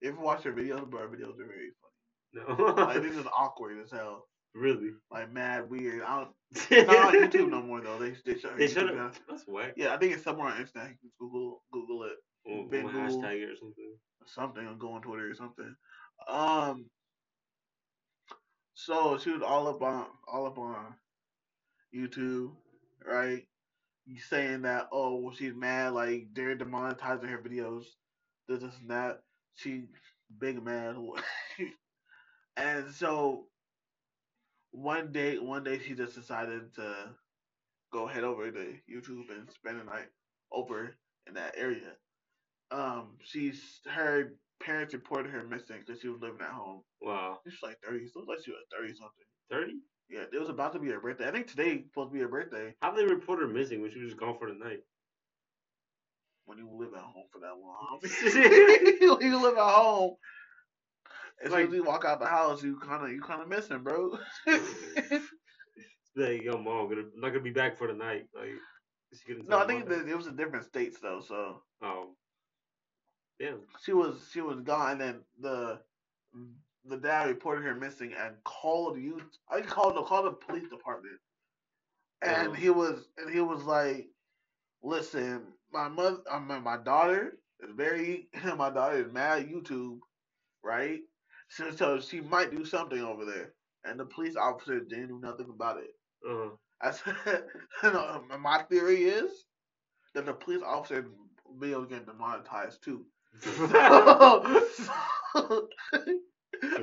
S1: If you watch her videos, but her videos are very funny. Like
S2: No.
S1: this is awkward as hell.
S2: really?
S1: Like mad weird. I don't not on YouTube no more though. They they shut her
S2: They
S1: YouTube
S2: shut
S1: down.
S2: up. That's whack.
S1: Yeah, I think it's somewhere on Instagram. You can Google Google it
S2: Or or
S1: Been Google.
S2: hashtag it or something.
S1: or something or go on Twitter or something. Um so she was all up on all up on YouTube, right? Saying that oh well, she's mad like they're demonetizing her videos, this this and that. She big mad, and so one day one day she just decided to go head over to YouTube and spend the night over in that area. Um, she's her parents reported her missing because she was living at home.
S2: Wow.
S1: She was like thirty, so it was like she was thirty something.
S2: 30?
S1: Yeah, it was about to be her birthday. I think today supposed to be her birthday
S2: How they report her missing when she was just gone for the night?
S1: when you live at home for that long. when you live at home, as soon
S2: Like-
S1: as you walk out the house, you kind of you kind of miss him, bro.
S2: Like, yo, mom, I'm, gonna, I'm not gonna be back for the night. Like, she couldn't
S1: no,
S2: tell
S1: I think
S2: mom
S1: that it was in different states though, so
S2: that? Um, damn.
S1: she was she was gone, and then the the dad reported her missing and called you. I called the called the police department, and
S2: Yeah.
S1: he was and he was like, "Listen, my mother, I mean, my daughter is very my daughter is mad at YouTube, right? So, so she might do something over there." And the police officer didn't do nothing about it.
S2: Uh,
S1: I said, you know, my theory is that the police officer video is getting demonetized too. so,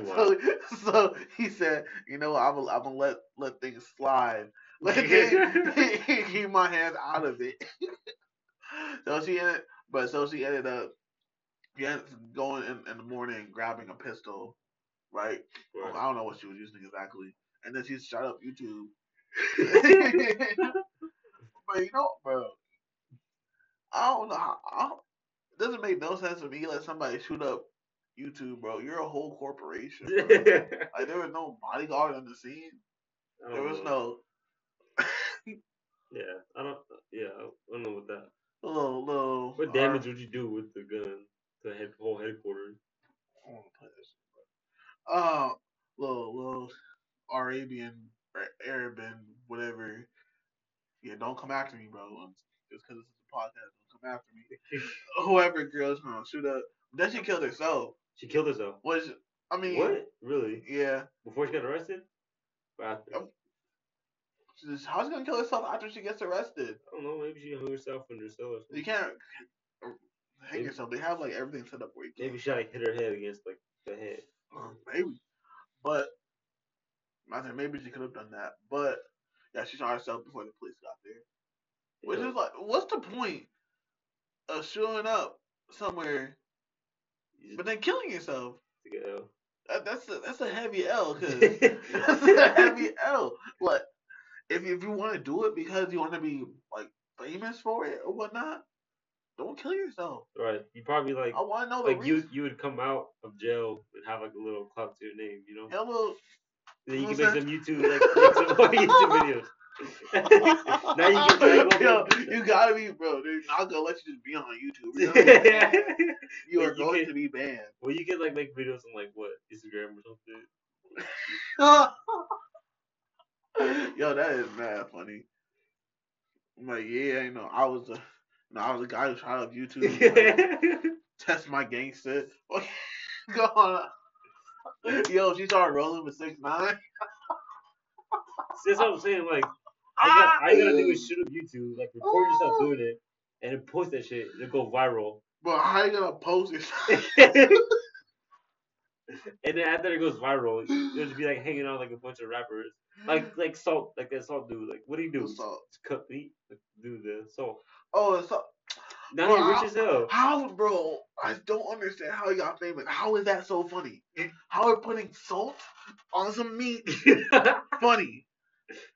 S1: so, so he said, you know, what, I'm gonna, I'm gonna let let things slide. Let me keep my hands out of it. so she ended, but so she ended up, yeah, going in, in the morning grabbing a pistol, right?
S2: right.
S1: I don't know what she was using exactly, and then she shot up YouTube. but you know, bro, I don't know how. I don't, it doesn't make no sense to me to let somebody shoot up YouTube, bro. You're a whole corporation. Bro. like there was no bodyguard on the scene.
S2: I don't
S1: There was
S2: know.
S1: no
S2: Yeah, I don't. Yeah, I don't know what that.
S1: little little.
S2: What damage would you do with the gun to the head, whole headquarters?
S1: I wanna play this, bro. Uh, little little Arabian or Arabian whatever. Yeah, don't come after me, bro. Um, Just because this is a podcast, don't come after me. Whoever girl's gonna shoot up. Then she killed herself.
S2: She killed herself.
S1: Which I mean,
S2: What? Really?
S1: yeah.
S2: Before she got arrested? Or after? I
S1: Yep. She's- How's she gonna kill herself after she gets arrested?
S2: don't know. Maybe she hung herself in her cell or
S1: You
S2: something.
S1: can't uh, hang
S2: Maybe-
S1: yourself. They have like everything set up where you can.
S2: Maybe she like hit her head against like the head.
S1: Um, maybe. But I think maybe she could have done that, but yeah, she shot herself before the police got there. Which is like, what's the point of showing up somewhere but then killing yourself? That, that's a, that's a heavy L, cause that's a heavy L. Like, if you- if you want to do it because you want to be like famous for it or whatnot, don't kill yourself.
S2: right. You probably like
S1: I want to know the
S2: like you
S1: reason.
S2: you would come out of jail and have like a little clout to your name, you know.
S1: Hello.
S2: Then you can
S1: Who's
S2: make some YouTube like make some more YouTube videos. now you can like,
S1: Yo,
S2: go
S1: you gotta be, bro. They're not gonna let you just be on YouTube. You, know what I'm
S2: yeah.
S1: saying? you
S2: Like,
S1: are
S2: you
S1: going
S2: can't-
S1: to be banned.
S2: Well, you can like make videos on like what Instagram or something.
S1: Yo, that is mad funny. I'm like, yeah, you know, I was a, no, I was a guy who tried out YouTube, to, like, test my gangster. Go on. Yo, she started rolling with six nine.
S2: See, that's what I'm saying. Like, I got, I gotta do is shoot up YouTube, like record yourself doing it, and then post that shit. It'll go viral.
S1: But how you gonna post it?
S2: and then after it goes viral, you'll just be like hanging out with, like a bunch of rappers, like like salt, like that salt dude. Like, what do you do?
S1: So-
S2: Cut meat, Like, do the salt.
S1: oh, it's so
S2: Now
S1: Well,
S2: you
S1: I-
S2: rich as hell.
S1: how, bro? I don't understand how you got famous. How is that so funny? How are putting salt on some meat
S2: the
S1: funny?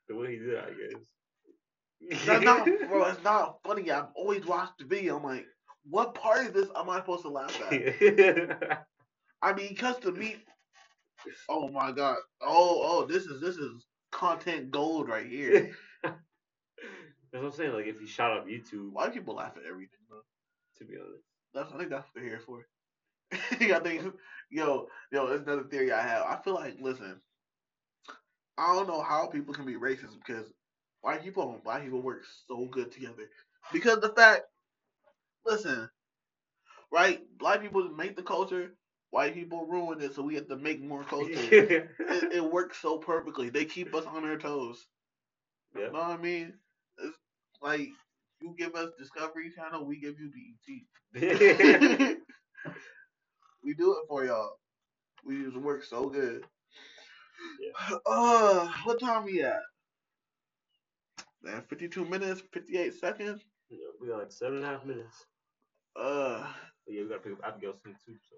S2: way he did, it, I guess.
S1: That's not, bro. It's not funny. I've always watched the video. I'm like, what part of this am I supposed to laugh at? I mean, cuts the meat. Oh my god. Oh, oh, this is this is content gold right here.
S2: That's what I'm saying. Like, if you shot up YouTube,
S1: Why do people laugh at everything, bro?
S2: to be honest.
S1: That's I think that's what they're here for. I think, yo, yo, that's another theory I have. I feel like, listen, I don't know how people can be racist because white people and black people work so good together. Because the fact, listen, right? Black people make the culture, white people ruin it, so we have to make more culture. it, it works so perfectly. They keep us on our toes.
S2: yeah.
S1: You know what I mean? It's like you give us Discovery Channel, we give you E BET. we do it for y'all. We just work so good. Uh, what time we at? Man, 52 minutes, 58 seconds.
S2: we got like seven and a half minutes.
S1: Uh,
S2: But yeah, we gotta pick up Abigail soon too. So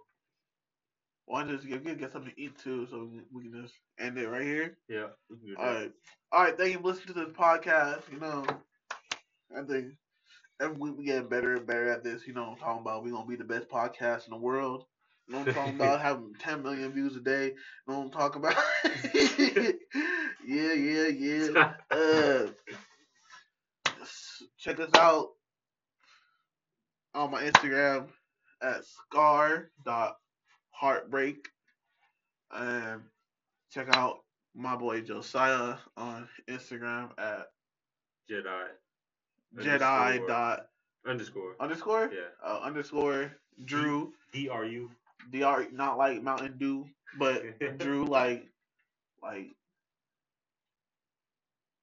S1: why just get, get something to eat too, so we can just end it right here.
S2: yeah, we can do that.
S1: All right. All right. Thank you for listening to this podcast. You know, I think every week we getting better and better at this. You know what I'm talking about? We're going to be the best podcast in the world. You know what I'm talking about? Having 10 million views a day. You know what I'm talking about? yeah, yeah, yeah. Uh, s- check us out on my Instagram at scar.heartbreak. And check out my boy Josiah on Instagram at
S2: Jedi
S1: Jedi
S2: Underscore.
S1: dot
S2: underscore.
S1: underscore
S2: Yeah. Mm-hmm.
S1: uh, underscore Drew
S2: D R U.
S1: Dr. Not like Mountain Dew, but Drew like like.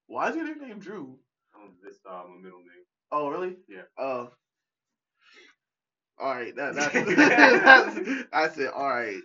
S1: Why is your nickname Drew?
S2: Um, This uh, my middle name.
S1: Oh really?
S2: Yeah.
S1: Oh. all right. That that's, that's I said all right.